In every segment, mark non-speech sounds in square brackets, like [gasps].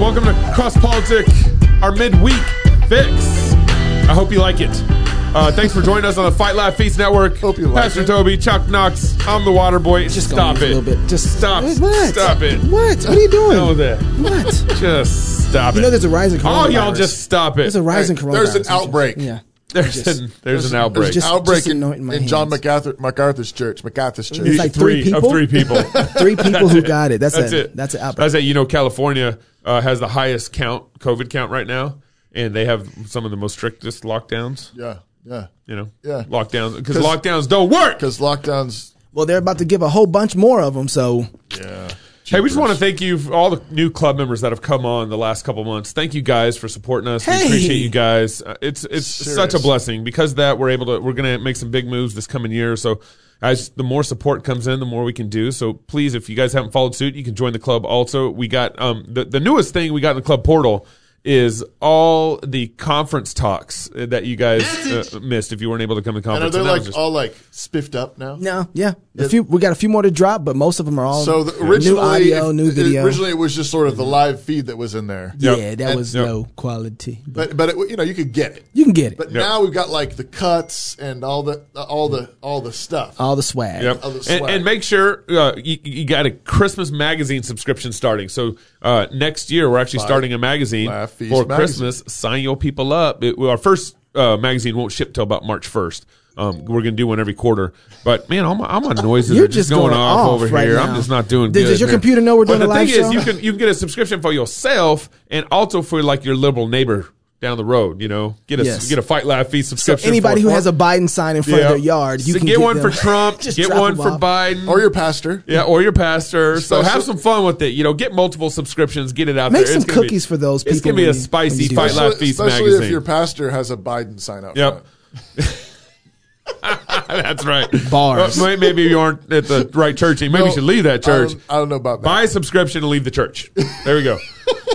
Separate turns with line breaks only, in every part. Cross Politic, our midweek fix. I hope you like it. Uh, thanks for joining us on the Fight Live Feast Network.
Hope you like
Pastor
it.
Toby, Chuck Knox, I'm the Water Boy.
Just go
stop
on for
it.
A little bit. Just
stop.
What?
Stop it.
What? What are you doing?
Deal with it.
What?
Just stop it.
You know there's a rise in
Oh, y'all
coronavirus.
just stop it.
There's a rise in coronavirus.
there's an
Just-
outbreak.
Yeah.
There's,
just-
an, there's an outbreak.
just-
outbreak in,
anoint my
in
hands.
John MacArthur, MacArthur's church. MacArthur's church.
It's like three
of
people?
three
[laughs]
people.
Three people who got it. That's, a,
it.
That's an outbreak.
That's it. You know, California uh, has the highest count, COVID count right now, and they have some of the most strictest lockdowns.
yeah, yeah.
You know,
Yeah.
lockdowns because
'Cause-
lockdowns don't work.
Because lockdowns.
well, they're about to give a whole bunch more of them, so
Yeah.
Hey, we just want to thank you for all the new club members that have come on the last couple months. Thank you guys for supporting us. We
Hey.
appreciate you guys. Uh, it's it's
Serious.
such a blessing because of that we're able to we're going to make some big moves this coming year. So as the more support comes in, the more we can do. So please, if you guys haven't followed suit, you can join the club. Also, we got um the the newest thing we got in the club portal is all the conference talks uh, that you guys uh, missed if you weren't able to come to
And are
conference.
they
And that was
like
just-
all like spiffed up now?
no, yeah. A few we got a few more to drop, but most of them are all
So the, originally,
new audio,
if-
uh,
new video.
Originally, it was just sort
Mm-hmm.
of the live feed that was in there.
Yep.
Yeah, that
And-
was
Yep.
low quality. But
But but it, you know you could get it.
you can get it.
But now we've got like the cuts and all the all the all the stuff.
all the swag.
Yep.
Of the
And,
swag.
and make sure uh, you, you got a Christmas magazine subscription starting. So uh, next year, we're actually starting a magazine
Live
for
Feast magazine.
Christmas. Sign your people up. It, well, our first uh, magazine won't ship till about March 1st. Um, we're going to do one every quarter. But man, all my, all my noises
You're
are just,
just
going,
going
off,
off
over
right
here.
now.
I'm just not doing
Does-
good.
does your
here.
computer know we're doing
but
a
the
live
thing
show?
is, you can, you can get a subscription for yourself and also for like your liberal neighbor down the road, you know, get a,
Yes.
get a Fight Live Feast subscription. for
Anybody who
for-
has a Biden sign in front
Yeah.
of their yard, you
So
can
get, one
them-
for Trump,
[laughs] Just
get
drop
one
them
for
off.
Biden,
or your pastor.
yeah, or your
[laughs]
pastor. So
Special-
have some fun with it. You know, get multiple subscriptions, get it out
Make
there.
some
It's gonna
cookies for those
It's
people
gonna be
when
a
you-
spicy
when you do
Fight
it.
Life Feast
especially
magazine.
if your pastor has a Biden sign up.
yep. [laughs] That's right.
Bars.
But may- maybe you aren't at the right church. and Maybe you should leave that church.
I don't, I don't know about that.
Buy a subscription and leave the church. There we
[laughs]
go.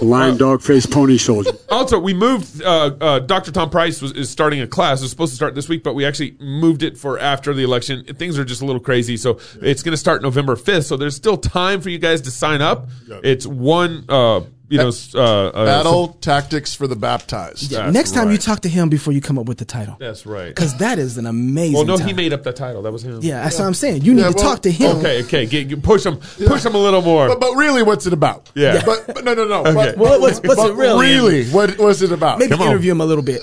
Uh,
Lion dog face pony soldier.
Also, we moved. Uh, uh, Dr. Tom Price was, is starting a class. It was supposed to start this week, but we actually moved it for after the election. Things are just a little crazy, so it's going to start November fifth. So there's still time for you guys to sign up.
Yep.
It's one, uh, you know, s- uh, uh,
Battle tactics for the baptized.
That's
Next time you
right.
talk to him before you come up with the title,
That's right.
because that is an amazing.
Well, no, he
title.
made up that title. That was him.
Yeah, that's what I'm saying. You need
Yeah,
to
well,
talk to him.
Okay. Okay. Get, get- push him. Push him a little more. [laughs]
But, but really, what's it about?
Yeah. Yeah.
But, but no, no, no.
Okay.
But,
Well, what's- what's
but
it really?
Really, what was it about?
Maybe
Come on.
interview him a little bit.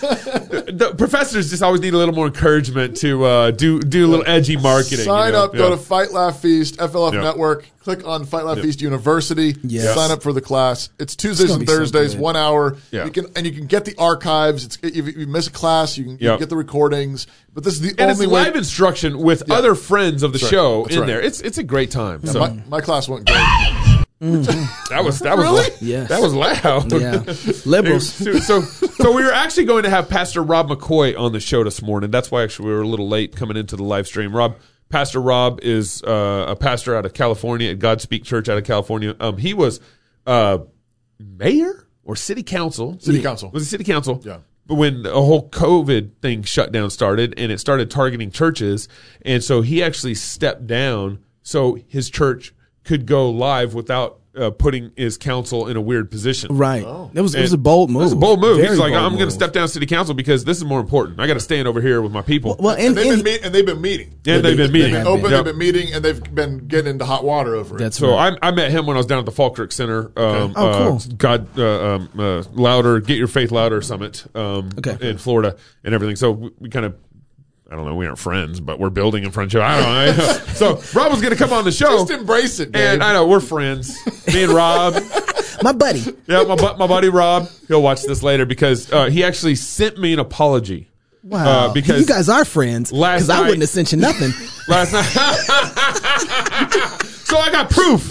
the professors just always need a little more encouragement to uh, do do a little edgy marketing.
Sign
you know?
up. Go
Yeah.
to Fight Laugh Feast FLF
Yeah.
Network. Click on Fight Laugh Feast University.
Yes.
Sign up for the class. It's Tuesdays
gonna be
and
so
Thursdays,
good.
one hour.
Yeah.
You can and you can get the archives. It's if you miss a class, you can, you
Yep.
can get the recordings. But this is the
and it's
only way.
live instruction with other friends of the
That's right.
show
That's
in
right.
there. It's it's a great time. So
my, my class went great.
that was that was really?
Yes.
that was loud.
yeah,
[laughs]
[laughs]
liberals.
So, so so we were actually going to have Pastor Rob McCoy on the show this morning. That's why actually we were a little late coming into the live stream. Rob Pastor Rob is uh, a pastor out of California at God Speak Church out of California. Um, he was uh, mayor or city council.
City council.
was it city council?
Yeah.
But when the whole COVID thing shutdown started and it started targeting churches, and so he actually stepped down so his church could go live without uh, putting his council in a weird position.
Right.
Oh.
It was it was a
And
bold move.
It was a bold move.
Very
He's like,
bold
I'm going
move.
to step down city council because this is more important. I got to stand over here with my people.
Well, and,
And
[laughs]
they've been
and-
meet, and they've been meeting.
and they've been meeting.
They've been
Yep.
Open. They've been meeting, and they've been getting into hot water over it.
that's
So
right.
I, I met him when I was down at the Falkirk Center. Um,
Oh,
uh,
cool.
God, uh, um, uh, louder, get your faith louder summit um,
Okay.
in Florida and everything. So we, we kind of, I don't know, we aren't friends, but we're building a friendship. I don't know.
[laughs]
so Rob was going to come on the show.
Just embrace it, man.
and I know we're friends. Me and Rob.
My buddy.
Yeah, my, bu- my buddy Rob, he'll watch this later because uh, he actually sent me an apology.
Wow.
Uh, because
you guys are friends.
last
Because I wouldn't
night- [laughs]
have sent you nothing.
last night. [laughs] so I got proof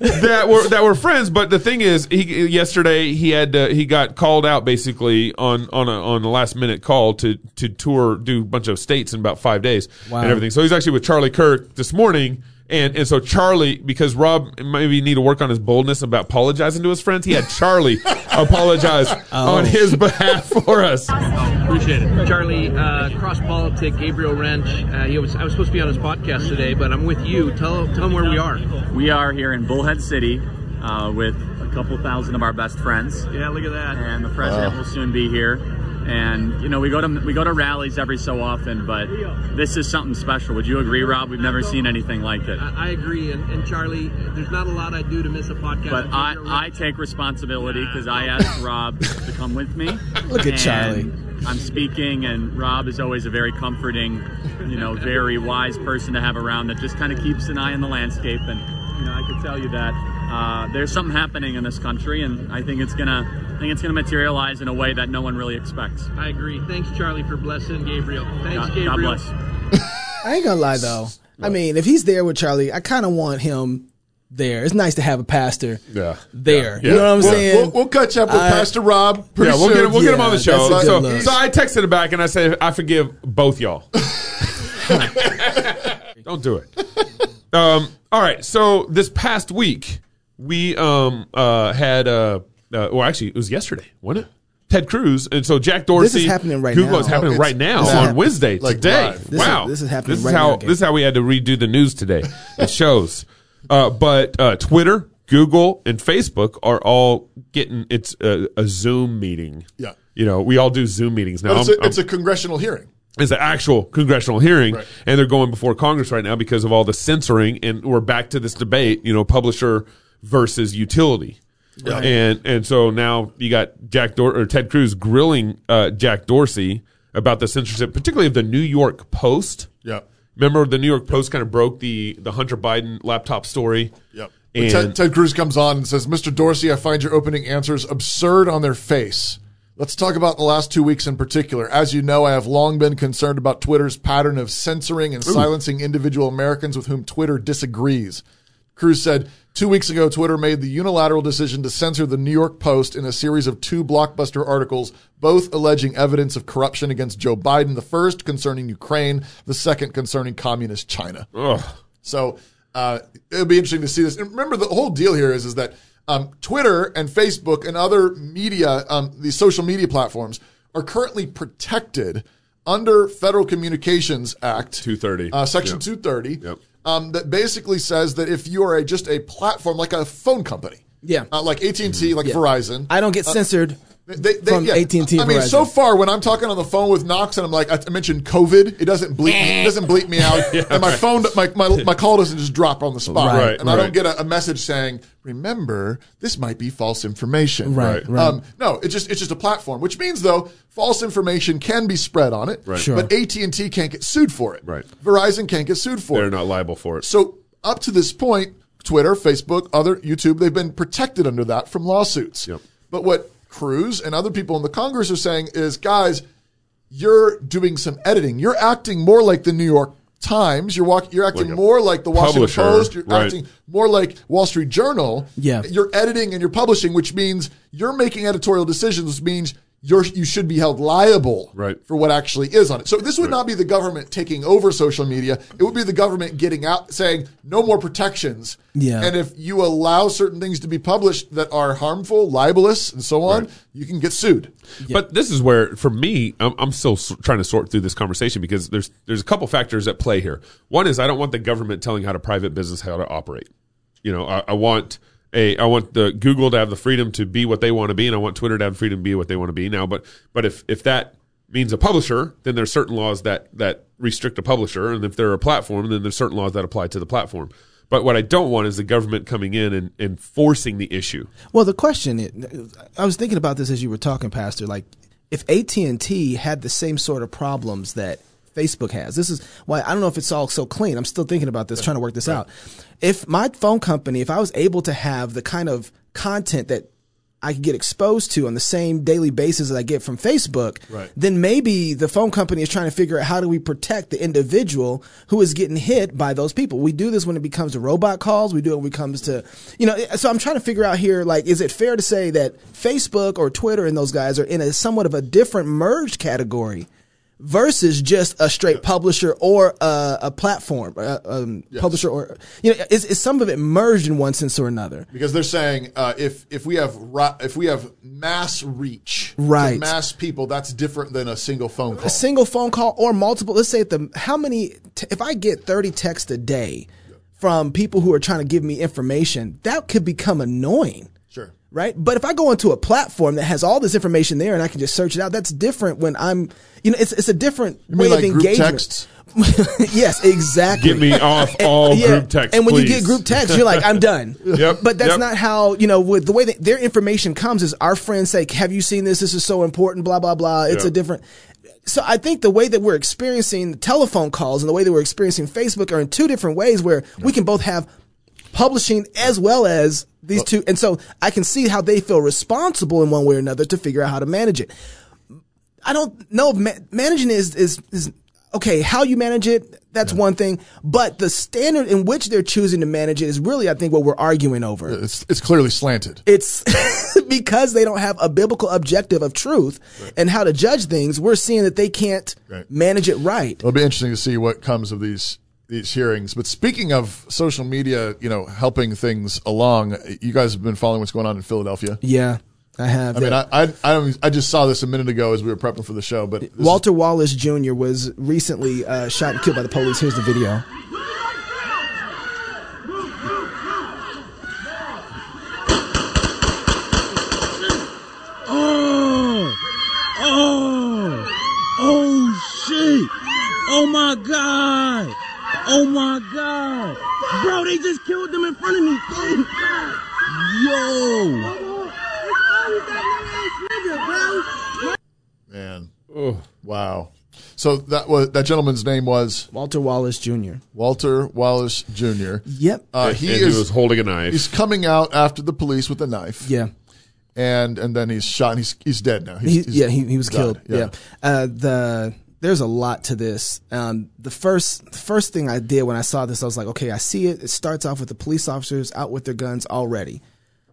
that we're that we're friends. But the thing is, he yesterday he had uh, he got called out basically on on a on a last minute call to to tour do a bunch of states in about five days and everything. So he's actually with Charlie Kirk this morning. And, and so Charlie, because Rob maybe need to work on his boldness about apologizing to his friends, he had
[laughs]
Charlie apologize
Oh.
on his behalf for us.
Appreciate it. Charlie, uh, cross politic, Gabriel Wrench. Uh, he was, I was supposed to be on his podcast today, but I'm with you. Tell, tell him where we are.
We are here in Bullhead City uh, with a couple thousand of our best friends.
Yeah, look at that.
and the president will soon be here. And you know, we go to we go to rallies every so often, but this is something special. Would you agree, Rob? We've never seen anything like it.
I, I agree, and, and Charlie, there's not a lot I do to miss a podcast.
But I, I take responsibility because I asked Rob to come with me.
[laughs] Look at
And
Charlie.
I'm speaking, and Rob is always a very comforting, you know, very wise person to have around that just kind of keeps an eye on the landscape. And you know, I can tell you that uh, there's something happening in this country, and I think it's gonna, I think it's gonna materialize in a way that no one really expects.
I agree. Thanks, Charlie, for blessing Gabriel. Thanks,
God, God
Gabriel.
bless.
I ain't gonna lie though. I mean, if he's there with Charlie, I kind of want him there. It's nice to have a pastor
Yeah.
there.
Yeah.
You know what I'm
We'll-
saying?
We'll, we'll catch up with
I-
Pastor Rob. Pretty
yeah, we'll get
soon.
him, we'll get him on the
Yeah,
show.
that's a good
So,
look.
so I texted him back and I said, I forgive both
[laughs]
y'all. Don't do it. Um, all right. So this past week, we um, uh, had, uh, uh, well, actually, it was yesterday, wasn't it? Ted Cruz. And so Jack Dorsey.
happening right
Google
now.
is happening
Oh, it's-
right now
it's
on
happening.
Wednesday,
Like
today.
live.
This is-
wow.
this is happening
This is
right
how,
now, Gabe.
This is how we had to redo the news today. It shows. Uh, but uh, Twitter, Google, and Facebook are all getting it's a, a Zoom meeting.
Yeah.
You know, we all do Zoom meetings now.
But it's,
I'm-
a, it's
I'm-
a congressional hearing.
it's an actual congressional hearing,
Right.
and they're going before Congress right now because of all the censoring, and we're back to this debate, you know, publisher versus utility, and and so now you got Jack Dor- or Ted Cruz grilling uh, Jack Dorsey about the censorship, particularly of the New York Post.
Yep.
Remember, the New York Post kind of broke the the Hunter Biden laptop story.
Yep. But
And
Ted, Ted Cruz comes on and says, Mr. Dorsey, I find your opening answers absurd on their face. Let's talk about the last two weeks in particular. As you know, I have long been concerned about Twitter's pattern of censoring and silencing individual Americans with whom Twitter disagrees. Cruz said, Two weeks ago, Twitter made the unilateral decision to censor the New York Post in a series of two blockbuster articles, both alleging evidence of corruption against Joe Biden, the first concerning Ukraine, the second concerning communist China.
ugh.
[sighs] So uh, it'll be interesting to see this. And remember, the whole deal here is is that um, Twitter and Facebook and other media, um, these social media platforms, are currently protected under Federal Communications Act
230.
uh, Section
Yep.
230,
Yep.
um, that basically says that if you are a, just a platform like a phone company,
Yeah.
uh, like AT and
Mm-hmm.
T, like Verizon,
I don't get censored.
Uh, they, they,
From
yeah.
AT&T
I mean,
Verizon.
so far when I'm talking on the phone with Knox and I'm like, I I mentioned COVID, it doesn't bleep, me, it doesn't bleep
[laughs]
me out, and my phone, my, my my call doesn't just drop on the spot,
Right,
and I
right.
don't get a, a message saying, remember, this might be false information,
Right, right.
Um, no, it's just it's just a platform, which means though, false information can be spread on it, right.
Sure.
but AT&T can't get sued for it,
Right.
Verizon can't get sued for
they're
it.
not liable for it.
So up to this point, Twitter, Facebook, other YouTube, they've been protected under that from lawsuits.
Yep.
But what Cruz and other people in the Congress are saying is, guys, you're doing some editing. You're acting more like the New York Times. You're walk, You're acting
Like a
more like the Washington
publisher,
Post. You're
right.
acting more like Wall Street Journal.
Yeah.
You're editing and you're publishing, which means you're making editorial decisions, which means you're, you should be held liable
Right.
for what actually is on it. So this would not be the government taking over social media. It would be the government getting out saying no more protections.
Yeah.
And if you allow certain things to be published that are harmful, libelous, and so on,
Right.
you can get sued.
But this is where, for me, I'm, I'm still s- trying to sort through this conversation because there's there's a couple factors at play here. One is I don't want the government telling how to private business how to operate. You know, I, I want a I want the Google to have the freedom to be what they want to be, and I want Twitter to have the freedom to be what they want to be now. But but if if that means a publisher, then there's certain laws that that restrict a publisher, and if they're a platform, then there's certain laws that apply to the platform. But what I don't want is the government coming in and, and forcing the issue.
Well, the question is, I was thinking about this as you were talking, Pastor. Like, if AT and T had the same sort of problems that Facebook has, this is why I don't know if it's all so clean. I'm still thinking about this, trying to work this out. If my phone company, if I was able to have the kind of content that I could get exposed to on the same daily basis that I get from Facebook,
Right.
then maybe the phone company is trying to figure out how do we protect the individual who is getting hit by those people. We do this when it becomes to robot calls. We do it when it comes to, you know, so I'm trying to figure out here, like, is it fair to say that Facebook or Twitter and those guys are in a somewhat of a different merged category versus just a straight publisher or a, a platform, uh, um, publisher or, you know, is, is some of it merged in one sense or another?
Because they're saying uh, if if we have ri- if we have mass reach, to
Right.
mass people, that's different than a single phone call.
a single phone call or multiple. Let's say at the how many t- if I get 30 texts a day from people who are trying to give me information, that could become annoying.
sure,
right? But if I go onto a platform that has all this information there and I can just search it out, that's different when I'm, you know, it's, it's a different way of
mean like group
engagement.
texts?
[laughs] yes, exactly.
Get me
[laughs]
off all
Yeah,
group text.
And when you
please.
get group text, you're like, I'm done.
[laughs] Yep,
But that's
yep.
not how, you know, with the way that their information comes is our friends say, have you seen this? This is so important, blah, blah, blah. It's
Yeah.
a different. So I think the way that we're experiencing telephone calls and the way that we're experiencing Facebook are in two different ways where we can both have publishing as well as these two. And so I can see how they feel responsible in one way or another to figure out how to manage it. I don't know. if Ma- managing is, is, is okay. How you manage it, that's one thing. But the standard in which they're choosing to manage it is really, I think, what we're arguing over.
It's, it's clearly slanted.
It's [laughs] because they don't have a biblical objective of truth and how to judge things. We're seeing that they can't
Right.
manage it right.
It'll be interesting to see what comes of these these hearings. But speaking of social media, you know, helping things along, you guys have been following what's going on in Philadelphia.
Yeah, I have.
I mean, I, I I I just saw this a minute ago as we were prepping for the show, but this is-
Walter Wallace Jr. was recently uh, shot and killed by the police. Here's the video.
[gasps] Oh, oh, oh shit. Oh my god. Oh my god. Bro, they just killed them in front of me. Thank God. Yo.
man, wow. So that was that gentleman's name was
Walter Wallace Jr.
Walter Wallace Jr.
Yep.
Uh,
And
he is
he was holding a knife.
he's coming out after the police with a knife.
yeah.
and and then he's shot. And he's he's dead now. He's,
he,
he's
yeah, he, he was
died.
killed. Yeah. Uh, the there's a lot to this. Um, the first the first thing I did when I saw this, I was like, okay, I see it. It starts off with the police officers out with their guns already.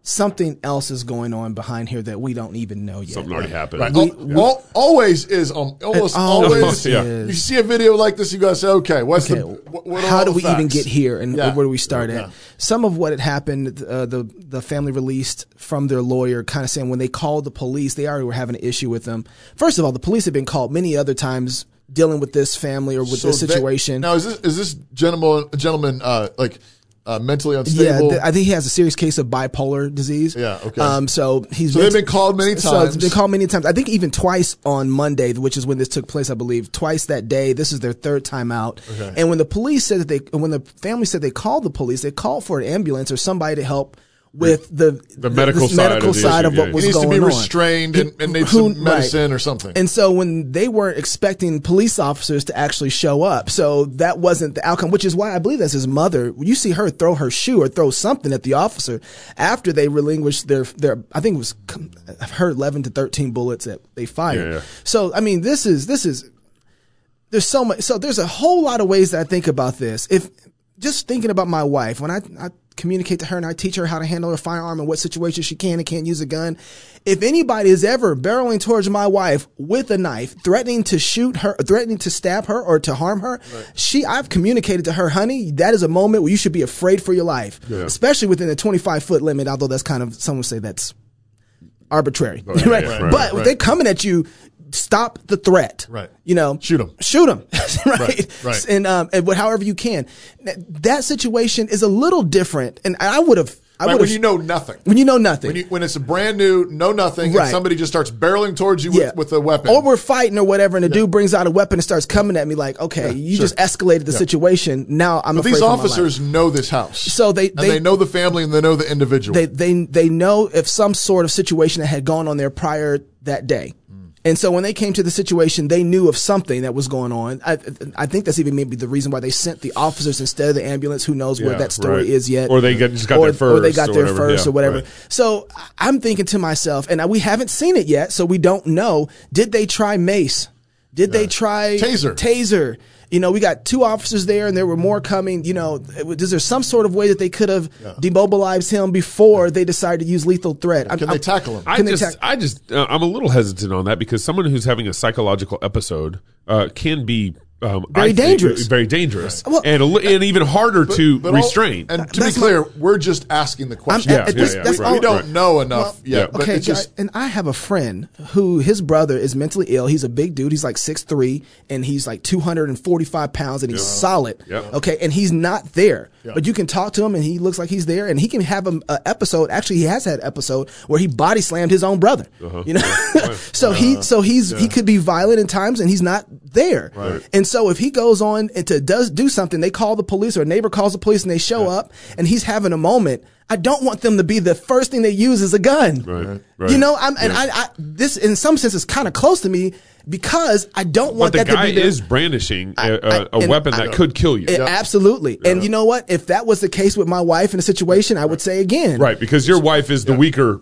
Something else is going on behind here that we don't even know yet.
Something already happened.
Right. Al- al- always is um,
It always
almost always.
Yeah.
is.
You see a video like this, you guys say, "Okay, what's
okay,
the what, what are
how
all
do
the
we even
facts?
get here and
Yeah.
where do we start
Yeah.
at? Some of what had happened, uh, the the family released from their lawyer, kind of saying when they called the police, they already were having an issue with them. First of all, the police had been called many other times dealing with this family or with
So
this
that-
situation.
now is this is this gentleman gentleman uh, like uh, mentally
yeah,
unstable?
th- I think he has a serious case of bipolar disease.
Yeah, okay.
Um, so he's
So they've been called many
So it's
times.
been called many times. I think even twice on Monday, which is when this took place, I believe. Twice that day. This is their third time out. And when the police said that they, when the family said they called the police, they called for an ambulance or somebody to help with the the,
medical
this
side
medical
of the
side
issue,
of what
yeah.
was
He
he needs to
going
be
on.
restrained and, and needs
Who-
some medicine
right.
or something.
And so when they weren't expecting police officers to actually show up, so that wasn't the outcome, which is why I believe that's his mother. You see her throw her shoe or throw something at the officer after they relinquished their, their, I think it was, I've heard 11 to 13 bullets that they fired.
Yeah, yeah.
So, I mean, this is, this is, there's so much. So there's a whole lot of ways that I think about this. If just thinking about my wife, when I, I communicate to her and I teach her how to handle her firearm and what situations she can and can't use a gun. If anybody is ever barreling towards my wife with a knife, threatening to shoot her, threatening to stab her or to harm her, she, I've communicated to her, honey, that is a moment where you should be afraid for your life, especially within the 25 foot limit. Although that's kind of, some would say that's arbitrary,
yeah,
[laughs] right?
yeah, right,
But if
right.
they're coming at you. Stop the threat.
Right.
You know,
Shoot 'em.
shoot them, [laughs] right?
right.
And um, and what- however you can. Th- That situation is a little different, and I would have, I
Right,
would
when
have,
you know nothing.
when you know nothing,
When, you, when it's a brand new, know nothing,
Right.
and somebody just starts barreling towards you with, with a weapon.
or we're fighting or whatever, and the dude brings out a weapon and starts coming at me like, okay, you
sure.
just escalated the situation. Now I'm
but
afraid
these
for my life.
officers know this house,
So they-
and
they-
they know the family and they know the individual.
they they they know if some sort of situation that had gone on there prior that day.
Mm.
And so when they came to the situation, they knew of something that was going on. I, I think that's even maybe the reason why they sent the officers instead of the ambulance. Who knows where
Yeah,
that story
right.
is yet?
Or they got- just got
or,
there
Or they
first
got
or
there
whatever.
first or
Yeah,
whatever.
right.
So I- I'm thinking to myself, and I, we haven't seen it yet, so we don't know. Did they try mace? Did they try
Taser.
Taser. You know, we got two officers there, and there were more coming. You know, it was- is there some sort of way that they could have demobilized him before they decided to use lethal threat? I'm-
Can they
I'm-
tackle him?
I
Can they
just,
tack-
I just, uh, I'm a little hesitant on that because someone who's having a psychological episode uh, can be um,
Very
think,
dangerous.
very dangerous,
Well-
and a li- and even harder to
But all-
restrain.
and to be
That's
clear, we're just asking the question.
I'm- Yeah, at
this- yeah, that's
we,
all-
we don't
right.
know enough
Well,
yet.
yeah.
But
okay,
it's just
I- and I have a friend who his brother is mentally ill. He's a big dude. He's like 6'3 and he's like 245 pounds and he's solid.
Yep.
Okay. And he's not there,
Yeah.
but you can talk to him and he looks like he's there and he can have an episode. Actually, he has had an episode where he body slammed his own brother,
Uh-huh.
you know? [laughs] so he, so he's, he could be violent in times and he's not there. And so if he goes on and to does do something, they call the police or a neighbor calls the police and they show up and he's having a moment. I don't want them to be the first thing they use is a gun.
Right, right.
You know, I'm, and I, I, this in some sense is kind of close to me because I don't
but
want
the
that
guy
to be the-
is brandishing a
I-
a- a
and
weapon
I-
that could kill you.
It- Absolutely. And you know what? If that was the case with my wife in a situation, I would say again.
Right, because your wife is the weaker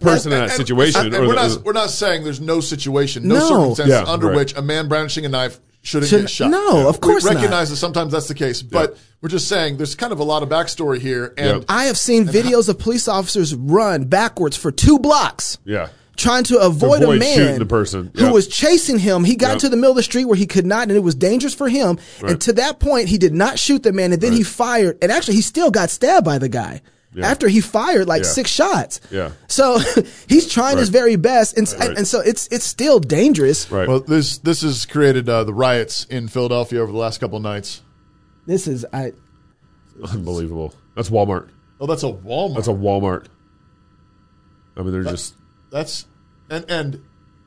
person in that
and-
situation.
and
or
we're,
the-
not, we're not saying there's no situation, no,
No.
circumstance
Yeah,
under
right.
which a man brandishing a knife shouldn't
Should-
get shot.
no, of course
We
not.
recognize that sometimes that's the case, but we're just saying there's kind of a lot of backstory here. And
Yep.
I have seen videos of police officers run backwards for two blocks.
Yeah.
Trying to avoid,
avoid
a man
shooting the person.
who
Yeah.
was chasing him. He got
Yeah.
to the middle of the street where he could not, and it was dangerous for him. And to that point, he did not shoot the man, and then he fired. And actually, he still got stabbed by the guy after he fired like
Yeah.
six shots.
Yeah.
So [laughs] he's trying his
Right.
very best, and,
Right.
and so it's it's still dangerous.
right.
well, this this has created uh, the riots in Philadelphia over the last couple nights.
This is I.
Unbelievable. That's Walmart.
Oh, that's a Walmart.
That's a Walmart. I mean, they're just
That's and and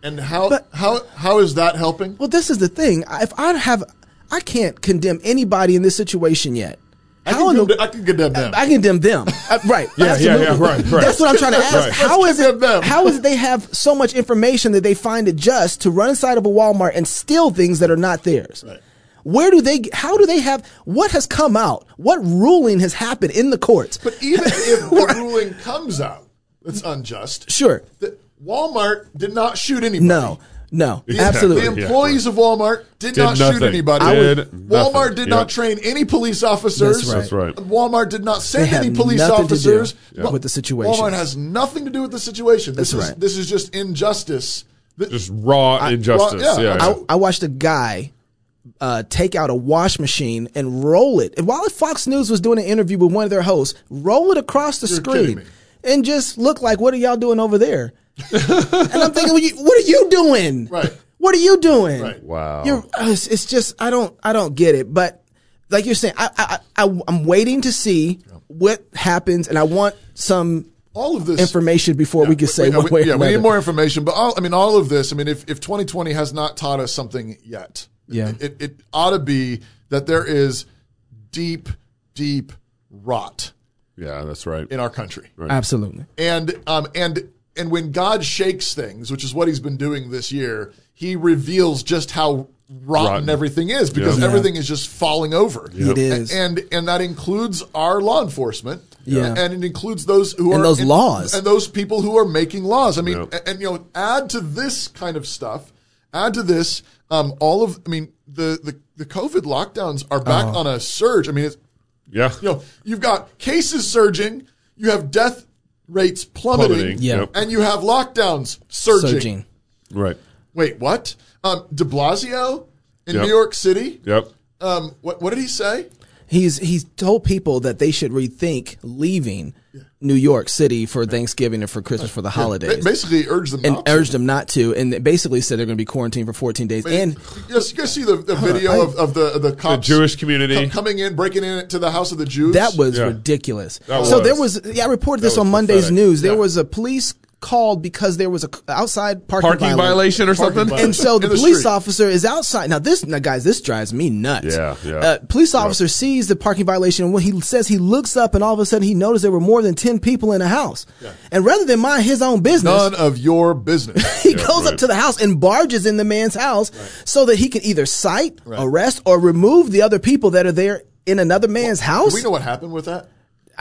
and how
But-
how how is that helping?
Well, this is the thing. I- If I have, I can't condemn anybody in this situation yet.
I
How in
can,
the-
condemn, I can condemn them.
I condemn
[laughs]
them. Uh, right.
Yeah, yeah, yeah,
absolutely.
right, right.
That's what I'm trying to ask.
Right.
How
Let's
is it?
condemn them.
How is it they have so much information that they find it just to run inside of a Walmart and steal things that are not theirs?
Right.
Where do they? How do they have? What has come out? What ruling has happened in the courts?
but
[laughs]
e-, even if the ruling comes out, it's unjust.
sure.
The, Walmart did not shoot anybody.
No. No.
Exactly.
Absolutely.
The employees of Walmart did,
Did
not shoot
nothing.
anybody.
I would-
Walmart
nothing.
did not
Yep.
train any police officers.
That's
right. That's right.
Walmart did not
They
send
had
any police
nothing to do
officers
Yeah. with the situation.
Walmart has nothing to do with the situation. This
That's
is
right.
this is just injustice. Th-
just raw injustice.
yeah,
yeah,
I,
yeah.
I watched a guy uh, take out a wash machine and roll it. And while Fox News was doing an interview with one of their hosts, roll it across the
kidding
screen
me.
and just look like, what are y'all doing over there? [laughs] and I'm thinking, well, you, what are you doing?
Right.
What are you doing?
Right.
Wow.
You're, uh, it's, it's just I don't I don't get it. But like you're saying, I I, I I'm waiting to see what happens, and I want some
all of this
information before we can say
Wait,
one
we-
way or
yeah, we need
another.
more information. But all, I mean, all of this. I mean, if, if 2020 has not taught us something yet,
Yeah.
it, it, it ought to be that there is deep, deep rot
yeah, that's right.
in our country,
Absolutely.
and um and and when God shakes things, which is what He's been doing this year, He reveals just how rotten,
Rotten.
everything is because
Yeah.
everything is just falling over.
It is.
A- and and that includes our law enforcement.
Yeah.
and it includes those who
And
are
those laws.
and those people who are making laws. I mean,
Yeah.
a- and you know, add to this kind of stuff. Add to this, um, all of I mean, the the the COVID lockdowns are back
Uh-huh.
on a surge. I mean, it's
yeah.
you know, you've got cases surging, you have death rates plummeting,
Plummeting,
Yeah.
yep.
and you have lockdowns surging.
Surging.
Right.
Wait, what? Um, De Blasio in
Yep.
New York City.
Yep.
Um, what what did he say?
He's he's told people that they should rethink leaving New York City for Thanksgiving and for Christmas for the
Ba-
holidays,
basically, urged them
and
not to.
urged them not to, and they basically said they're going to be quarantined for 14 days. And
you guys, you guys see the, the video of, of the of the cops,
Jewish community.
co- coming in, breaking in to the house of the Jews.
that was
Yeah.
ridiculous.
That
so
was.
there was yeah, I reported this
was
on Monday's
pathetic.
news. There was a police called because there was a c- outside parking,
Parking violation or something?
And so
In
the,
the
police
street.
officer is outside. Now this, now guys, this drives me nuts.
Yeah, yeah.
Uh, police officer sees the parking violation, and when he says he looks up, and all of a sudden he noticed there were more than ten people in the house. And rather than mind his own business,
none of your
[laughs]
business.
he goes up to the house and barges in the man's house so that he can either cite, arrest, or remove the other people that are there in another man's house.
we know what happened with that.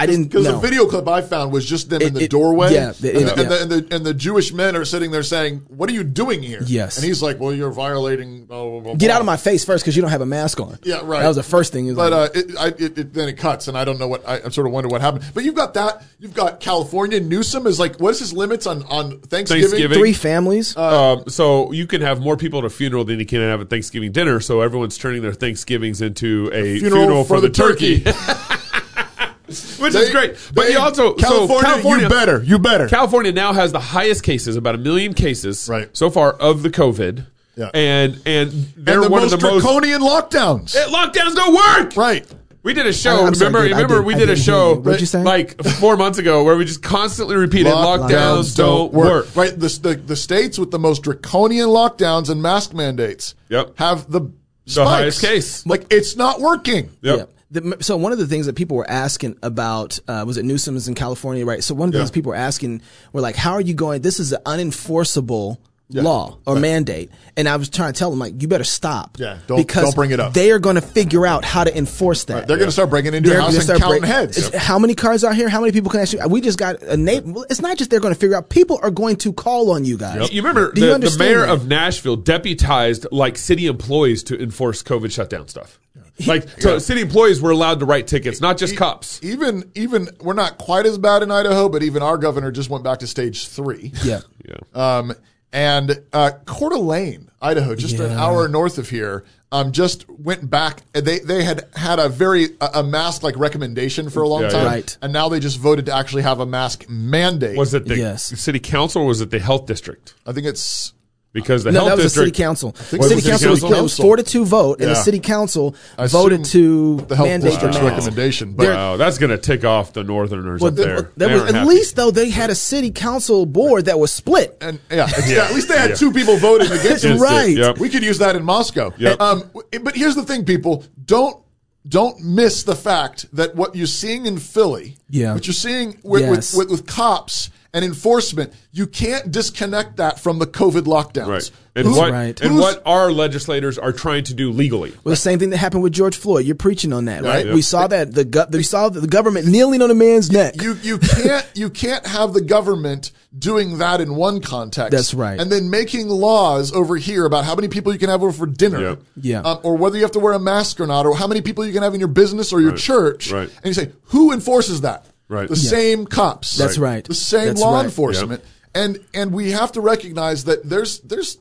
I didn't
Because
know.
the video clip I found was just them in
It-
the
it-
doorway.
yeah, the-
and,
it-
the, and,
yeah.
the, and, the, and the Jewish men are sitting there saying, What are you doing here?
Yes.
And he's like, Well, you're violating. Blah, blah, blah,
Get
blah."
out of my face first because you don't have a mask on.
Yeah, right.
That was the first thing. It was
But
like,
uh, it, I, it, it, then it cuts, and I don't know what I, I sort of wonder what happened. But you've got that. You've got California. Newsom is like, what is his limits on on Thanksgiving?
Thanksgiving.
three families.
Um, so you can have more people at a funeral than you can have at Thanksgiving dinner. So everyone's turning their Thanksgivings into a funeral, for, the, turkey, [laughs] which is
They-
great. But
they-
you also
California,
so California
you better, you better.
California now has the highest cases, about a million cases,
Right.
so far of the COVID.
Yeah.
and and they're
and the
one
most
of the most.
draconian lockdowns.
Eh, lockdowns don't work.
right.
We did a show.
I- I'm sorry,
remember,
dude, I
remember,
didn't-
we
I
did a
didn't
show
hear you. What'd you say?
like four months ago, where we just constantly repeated lockdowns, don't work.
Right. The, the the states with the most draconian lockdowns and mask mandates.
Yep.
Have the
The highest
spikes.
case.
Like it's not working.
Yep.
Yeah. The, so one of the things that people were asking about uh, was it Newsom's in California, right? So one of the things people were asking were like, "How are you going? This is an unenforceable law or mandate." And I was trying to tell them like, "You better stop,
Yeah, don't- don't bring it up.
They are going to figure out how to enforce that.
They're going to start breaking into your
They're
house
gonna start
and counting
break-
heads.
It's- How many cars out here? How many people can actually? We just got a name. Well, it's not just they're going to figure out. People are going to call on you guys.
You remember
Do you
the, the
understand
mayor
that?
of Nashville deputized like city employees to enforce COVID shutdown stuff. Like so city employees were allowed to write tickets, not just cops.
even even we're not quite as bad in Idaho, but even our governor just went back to stage
[laughs]
three.
Yeah.
Um, and uh, Coeur d'Alene, Idaho, just an
Yeah.
hour north of here, um, just went back. and They they had had a very a, a mask like recommendation for a long
Yeah, yeah.
time,
Right.
and now they just voted to actually have a mask mandate.
Was it the
Yes.
city council or was it the health district?
I think it's
Because the
No,
health
that was the city
district
council.
it
City,
was the
council,
city
was it was
council.
four to two vote, and the
Yeah.
city council
I assume
voted to
the health
mandate the
district's
mask.
recommendation, but uh,
Wow, Oh, that's gonna tick off the northerners
Well,
up
th-
there.
there
They
was
aren't
at
happy.
least though they had a city council board that was split.
and yeah,
[laughs]
it's-
Yeah.
at least they had
Yeah.
two
[laughs]
people voting against it.
Against it,
right.
Yep.
We could use that in Moscow.
Yep.
Um, w- but here's the thing, people don't don't miss the fact that what you're seeing in Philly,
Yeah.
what you're seeing with,
Yes.
with, with with cops and enforcement, you can't disconnect that from the COVID lockdowns.
Right. And
Who's-
what
right.
and
who's-
what our legislators are trying to do legally.
Well, the same thing that happened with George Floyd. You're preaching on that, right?
Right.
We saw that the go- we saw the government kneeling on a man's neck.
You you can't you can't have the government doing that in one context.
That's right.
And then making laws over here about how many people you can have over for dinner,
Yep.
Yeah.
um, or whether you have to wear a mask or not, or how many people you can have in your business or your church.
Right.
And you say, who enforces that?
Right.
The
Yeah.
same cops.
That's Right. right.
The same
That's
law
right.
enforcement. And and we have to recognize that there's there's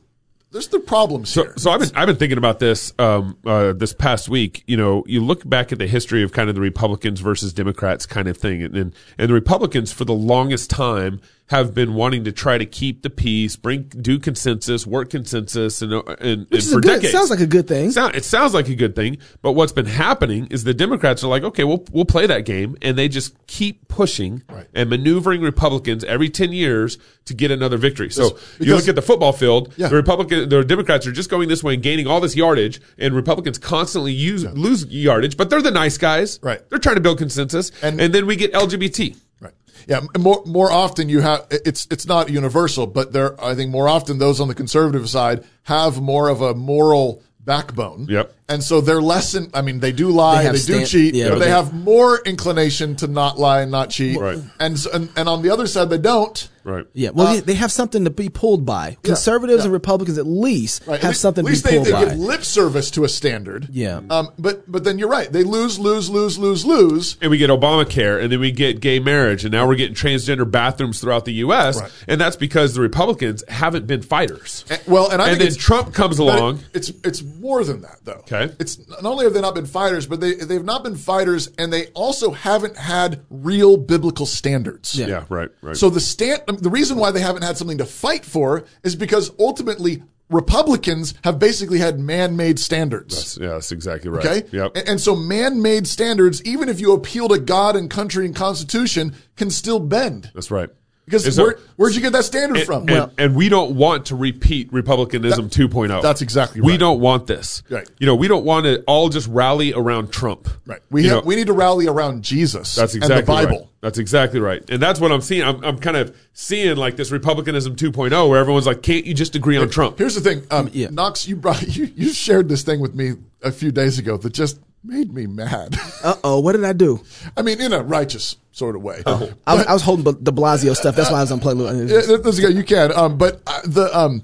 there's the problems
So,
here.
so I've been I've been thinking about this um, uh, this past week. You know, you look back at the history of kind of the Republicans versus Democrats kind of thing, and and, and the Republicans for the longest time have been wanting to try to keep the peace, bring do consensus, work consensus, and uh, and, and
Which is a
for
good-
decades
sounds like a good thing.
sound- it sounds like a good thing, but what's been happening is the Democrats are like, okay, we'll we'll play that game, and they just keep pushing and maneuvering Republicans every ten years to get another victory. So you
because-
look at the football field,
Yeah.
the Republican, the Democrats are just going this way and gaining all this yardage, and Republicans constantly use lose yardage, but they're the nice guys,
Right.
They're trying to build consensus, and,
And-
then we get LGBT.
Right. Yeah. m- More more often you have it's it's not universal, but there I think more often those on the conservative side have more of a moral backbone.
Yep.
And so they're less. In, I mean, they do lie,
They have
they, do
stan-
cheat,
yeah,
but they
they-
have more inclination to not lie and not cheat.
Right.
And s- and, and on the other side, they don't.
Right.
yeah, well, they- they have something to be pulled by. Conservatives
yeah.
and Republicans, at least,
Right.
have
At
something
least
to be
they,
pulled
they
by.
give lip service to a standard.
Yeah.
Um. But but then you're right. They lose, lose, lose, lose, lose.
and we get Obamacare, and then we get gay marriage, and now we're getting transgender bathrooms throughout the U.S.
Right.
And that's because the Republicans haven't been fighters.
And- well, and I think
then
it's-
Trump comes
But it-
along.
it's it's more than that though.
Okay.
It's not only have they not been fighters, but they they've not been fighters, and they also haven't had real biblical standards.
yeah, right, right.
So the stand the reason why they haven't had something to fight for is because ultimately Republicans have basically had man-made standards.
yeah, that's exactly right.
Okay.
Yep.
And, and so man-made standards, even if you appeal to God and country and constitution, can still bend.
that's right.
Because
And so-
where, where'd you get that standard
and,
from?
and, and we don't want to repeat republicanism 2.0
that's exactly
we
right.
don't want this
Right.
you know we don't want to all just rally around trump
right. We
You
have,
know,
we need to rally around Jesus.
That's
and the
exactly
Bible.
Right. That's exactly right, and that's what I'm seeing. I'm, I'm kind of seeing like this republicanism 2.0, where everyone's like, "Can't you just agree on Trump?"
Here's the thing, um,
yeah.
[laughs] Knox. You brought you, you shared this thing with me a few days ago that just made me mad.
Uh oh, what did I do?
[laughs] I mean, in a righteous sort of way.
Oh. I was, I was holding the Blasio stuff. That's why I was on Playloop.
Yeah, that- that's good. You can. Um, but uh, the um,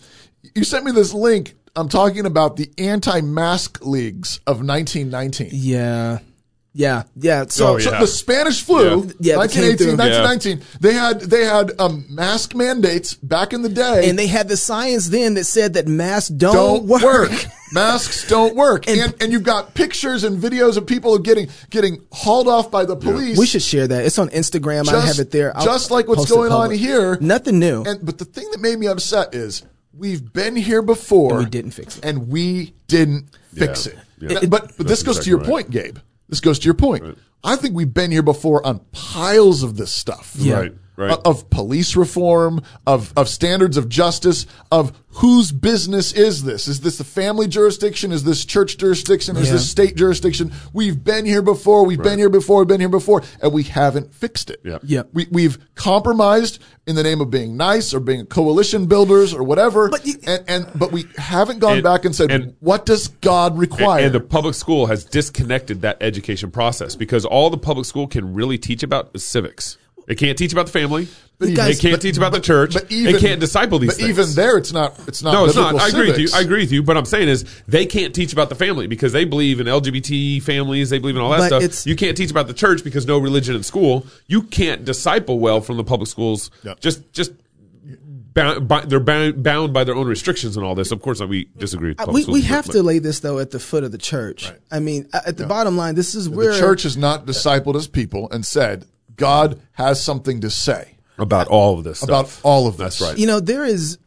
you sent me this link. I'm talking about the anti-mask leagues of 1919.
Yeah, yeah, yeah. So,
Oh,
So
yeah.
the Spanish flu,
Yeah. Yeah, that came
1918,
through.
1919. They had they had um, mask mandates back in the day.
and they had the science then that said that masks don't,
don't
work.
work. [laughs] Masks don't work. And, and you've got pictures and videos of people getting getting hauled off by the police.
We should share that. It's on Instagram. I have it there. I'll
just like what's
post it
going on
public.
here.
Nothing new.
And but the thing that made me upset is we've been here before.
And we didn't fix it.
And we didn't fix
Yeah.
it.
Yeah.
That- but but this goes to
exactly
your
right.
point, Gabe. This goes to your point. I think we've been here before on piles of this stuff.
Yeah.
Right, right.
O- Of police reform, of of standards of justice, of whose business is this? Is this the family jurisdiction? Is this church jurisdiction? Is
Yeah.
this state jurisdiction? We've been here before. We've been here before. We've been here before, and we haven't fixed it.
Yep.
Yep.
We, we've compromised in the name of being nice or being coalition builders or whatever.
But you-
and, and but we haven't gone
And-
back and said,
and-
what does God require?
And, and the public school has disconnected that education process because all the public school can really teach about is civics. It can't teach about the family.
You guys-
it can't
but-
teach about the church. it can't disciple these
But
things.
even there, it's not. It's not.
no, it's not.
biblical
I agree with you.
civics.
I agree with you. But I'm saying is they can't teach about the family because they believe in LGBT families. They believe in all that
But
stuff.
it's-
you can't teach about the church because no religion in school. You can't disciple well from the public schools.
Yep.
Just just. Bound, by, they're bound, bound by their own restrictions and all this. Of course, we disagree. with
Uh,
public
we,
schools,
we
but-
have
but-
to lay this though at the foot of the church. I mean, uh, at the bottom line, this is where
The church has not discipled his people and said God has something to say
about all of this stuff.
about all of this.
That's right.
you know there is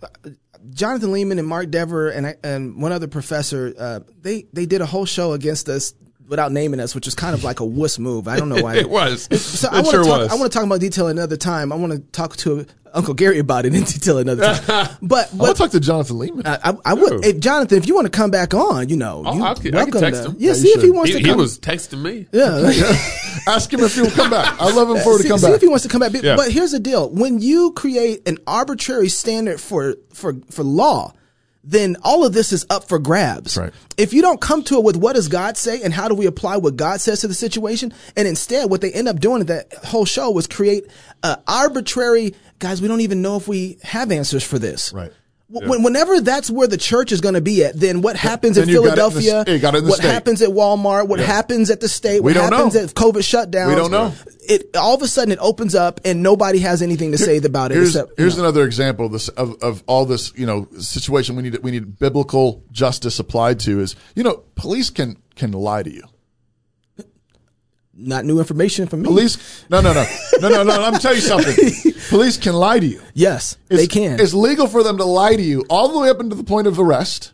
Jonathan Lehman and Mark Dever and I- and one other professor. Uh, they they did a whole show against us without naming us, which was kind of like a wuss move. I don't
[laughs]
know why
It was.
So
It
I want
sure
to talk,
was.
I want to talk about detail another time. I want to talk to Uncle Gary about it in [laughs] detail another
[laughs]
time. But Uh,
I want
what.
to talk to Jonathan
[laughs]
Lehman.
I, I- I would,
Ooh.
if Jonathan, if you want to come back on, you know,
I'll-
you
I'll- I can
welcome
text
to-
him.
Yeah,
Yeah,
see if he wants
he,
to come.
he was texting me.
yeah,
[laughs] Ask him if he'll come back. I
[laughs]
love him for to
see,
come
see
back.
if he wants to come back. But-
Yeah.
But here's the deal: when you create an arbitrary standard for for for law, then all of this is up for grabs.
Right.
If you don't come to it with what does God say and how do we apply what God says to the situation, and instead what they end up doing at that whole show was create uh, arbitrary guys. We don't even know if we have answers for this.
Right.
W- When, whenever that's where the church is going to be at, then what happens
then
in
you got it in the
Philadelphia,
s- you got it in the
what
state.
happens at Walmart, what happens at the state,
We
what
don't know.
happens at COVID shutdowns,
We don't know.
it all of a sudden it opens up and nobody has anything to say about it
Here's,
except
here's
you know.
another example of this of, of all this you know situation we need we need biblical justice applied to is you know police can can lie to you
not new information for me.
police no no no no no no I'm telling you
[laughs]
something police can lie to you
yes,
it's,
they can.
it's legal for them to lie to you all the way up into the point of arrest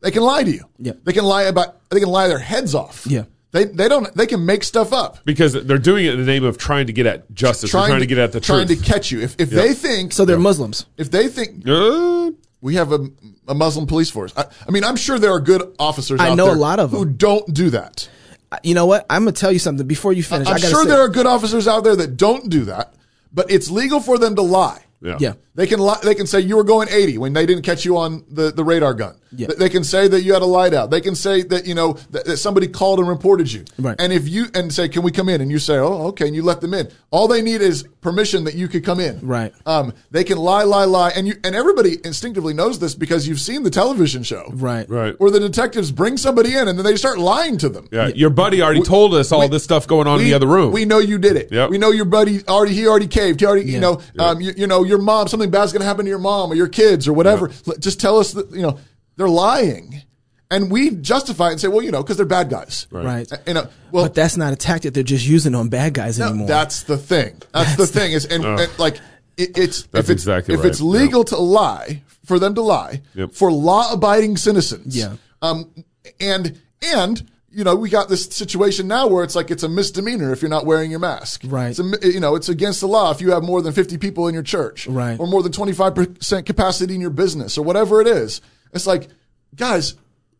they can lie to you
Yeah.
they can lie about they can lie their heads off
Yeah.
they they don't they can make stuff up
Because they're doing it in the name of trying to get at justice, trying, trying to, get at the
trying
truth.
to catch you if if they think
so they're Muslims.
if they think
Uh,
We have a, a Muslim police force. I, I mean, I'm sure there are good officers.
I
out
know a
there
lot of
who
them.
don't do that.
I- You know what? I'm gonna tell you something before you finish. I
I'm
gotta
sure
say-
there are good officers out there that don't do that. But it's legal for them to lie.
Yeah.
They can lie, they can say you were going 80 when they didn't catch you on the, the radar gun.
Yeah.
Th- They can say that you had a light out. They can say that you know that, that somebody called and reported you.
Right.
And if you and say can we come in and you say oh okay and you let them in. All they need is permission that you could come in.
Right.
Um they can lie lie lie and you and everybody instinctively knows this because you've seen the television show.
Right.
Right.
Where the detectives bring somebody in and then they start lying to them.
Yeah, Your buddy already told us all this stuff going on in the other room.
We know you did it.
Yep.
We know your buddy already. He already caved. He already, you
Yeah.
know, um, you, you know, your mom. Something bad's gonna happen to your mom or your kids or whatever. L- Just tell us that you know they're lying, and we justify it and say, well, you know, because they're bad guys.
Right.
You know, well,
but that's not a tactic they're just using on bad guys
no,
anymore.
that's the thing. That's, the thing is, and, and, like it, it's
That's
if it's
exactly
if
right.
it's legal to lie for them to lie
Yep.
for law-abiding citizens.
Yeah.
Um, and and you know we got this situation now where it's like it's a misdemeanor if you're not wearing your mask.
Right.
It's a, mi- you know it's against the law if you have more than 50 people in your church.
Right.
Or more than 25 percent capacity in your business or whatever it is. It's like, guys,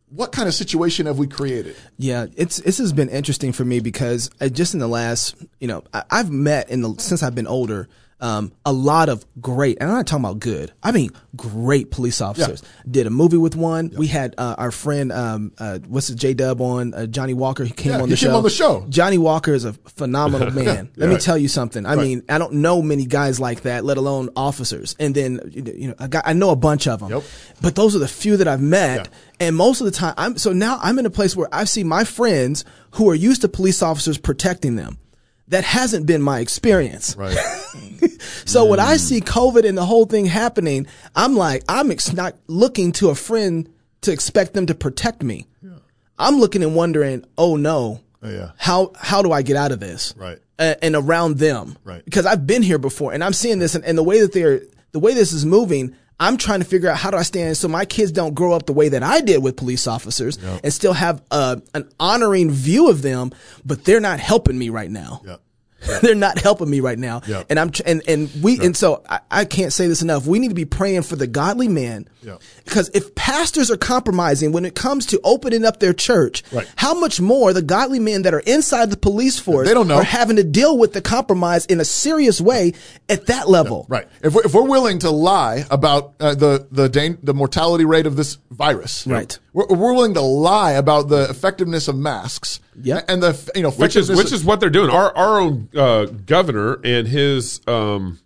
what kind of situation have we created?
Yeah, it's this has been interesting for me because uh, just in the last, you know, I, I've met in the since I've been older, Um, a lot of great, and I'm not talking about good. I mean, great police officers. Did a movie with one. We had uh, our friend, um, uh, what's his J Dub on uh, Johnny Walker. He came
Yeah,
on
he
the
came
show.
on the show.
Johnny Walker is a
[laughs]
phenomenal man. Let me
right.
tell you something. I mean, I don't know many guys like that, let alone officers. And then you know, I got I know a bunch of them,
Yep.
but those are the few that I've met.
Yeah.
And most of the time, I'm so now I'm in a place where I see my friends who are used to police officers protecting them. That hasn't been my experience.
Right.
[laughs] So when I see COVID and the whole thing happening, I'm like, I'm ex- not looking to a friend to expect them to protect me. I'm looking and wondering, oh no,
Oh, yeah.
how how do I get out of this?
Right.
A- and around them,
Right.
Because I've been here before, and I'm seeing this, and, and the way that they're the way this is moving. I'm trying to figure out how do I stand so my kids don't grow up the way that I did with police officers and still have a, an honoring view of them, but they're not helping me right now. [laughs]
Yeah.
They're not helping me right now.
Yep.
And I'm tr- and and we and so I, I can't say this enough. We need to be praying for the godly man.
Yep.
Because if pastors are compromising when it comes to opening up their church,
Right.
how much more the godly men that are inside the police force
They don't know.
are having to deal with the compromise in a serious way at that level.
Right. If we're, if we're willing to lie about uh, the the dan- the mortality rate of this virus,
Right.
We're, we're willing to lie about the effectiveness of masks.
Yep.
And the f- you know
which is
effectiveness
which is what they're doing. Our our own uh, governor and his um,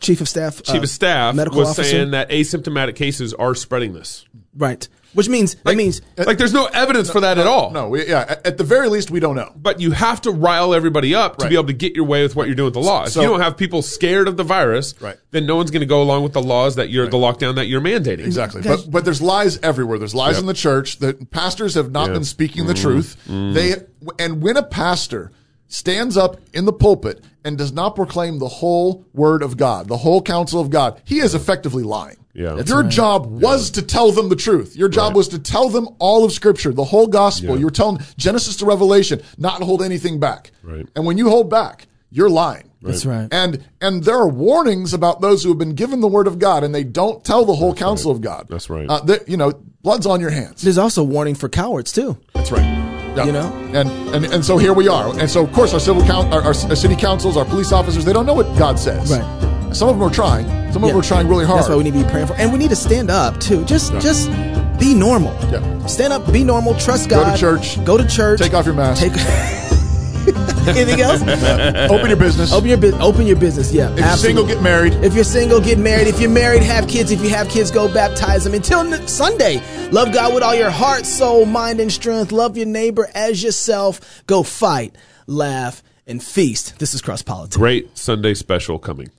Chief of staff.
chief
uh,
of staff
medical
was
officer.
saying that asymptomatic cases are spreading this.
Right. Which means that means
like there's no evidence for that at all.
no. We, yeah. At, at the very least, we don't know.
But you have to rile everybody up to
Right.
be able to get your way with what you're doing with the law. If
So-
you don't have people scared of the virus,
Right.
then no one's going to go along with the laws that you're the lockdown that you're mandating.
Exactly. But but there's lies everywhere. There's lies in the church. The pastors have not been speaking
Mm-hmm.
the truth. They and when a pastor stands up in the pulpit and does not proclaim the whole word of God, the whole counsel of God, he is effectively lying.
Yeah. That's
Your job was to tell them the truth. Your job was to tell them all of scripture, the whole gospel. You were telling Genesis to Revelation, not hold anything back.
Right.
And when you hold back, you're lying.
That's right.
And and there are warnings about those who have been given the word of God and they don't tell the whole counsel of God.
That's right.
Uh, that, you know, blood's on your hands.
there's also warning for cowards too.
That's right. Yeah.
You know?
and, and and so here we are. And so of course our civil coun our, our city councils, our police officers, they don't know what God says.
Right.
Some of them are trying. Some of them
Yeah.
are trying really hard.
That's why we need to be praying for, and we need to stand up too. Just, just be normal.
Yeah.
Stand up, be normal. Trust
Go to
God.
church.
Go to church.
Take off your mask.
Take. [laughs] Anything
[laughs]
else?
[laughs]
Open your business.
Open your business. Open your business. Yeah.
if you're single, get married.
If you're single, get married. If you're married, have kids. If you have kids, go baptize them. Until n- Sunday, love God with all your heart, soul, mind, and strength. Love your neighbor as yourself. Go fight, laugh, and feast. This is Cross Politics.
Great Sunday special coming.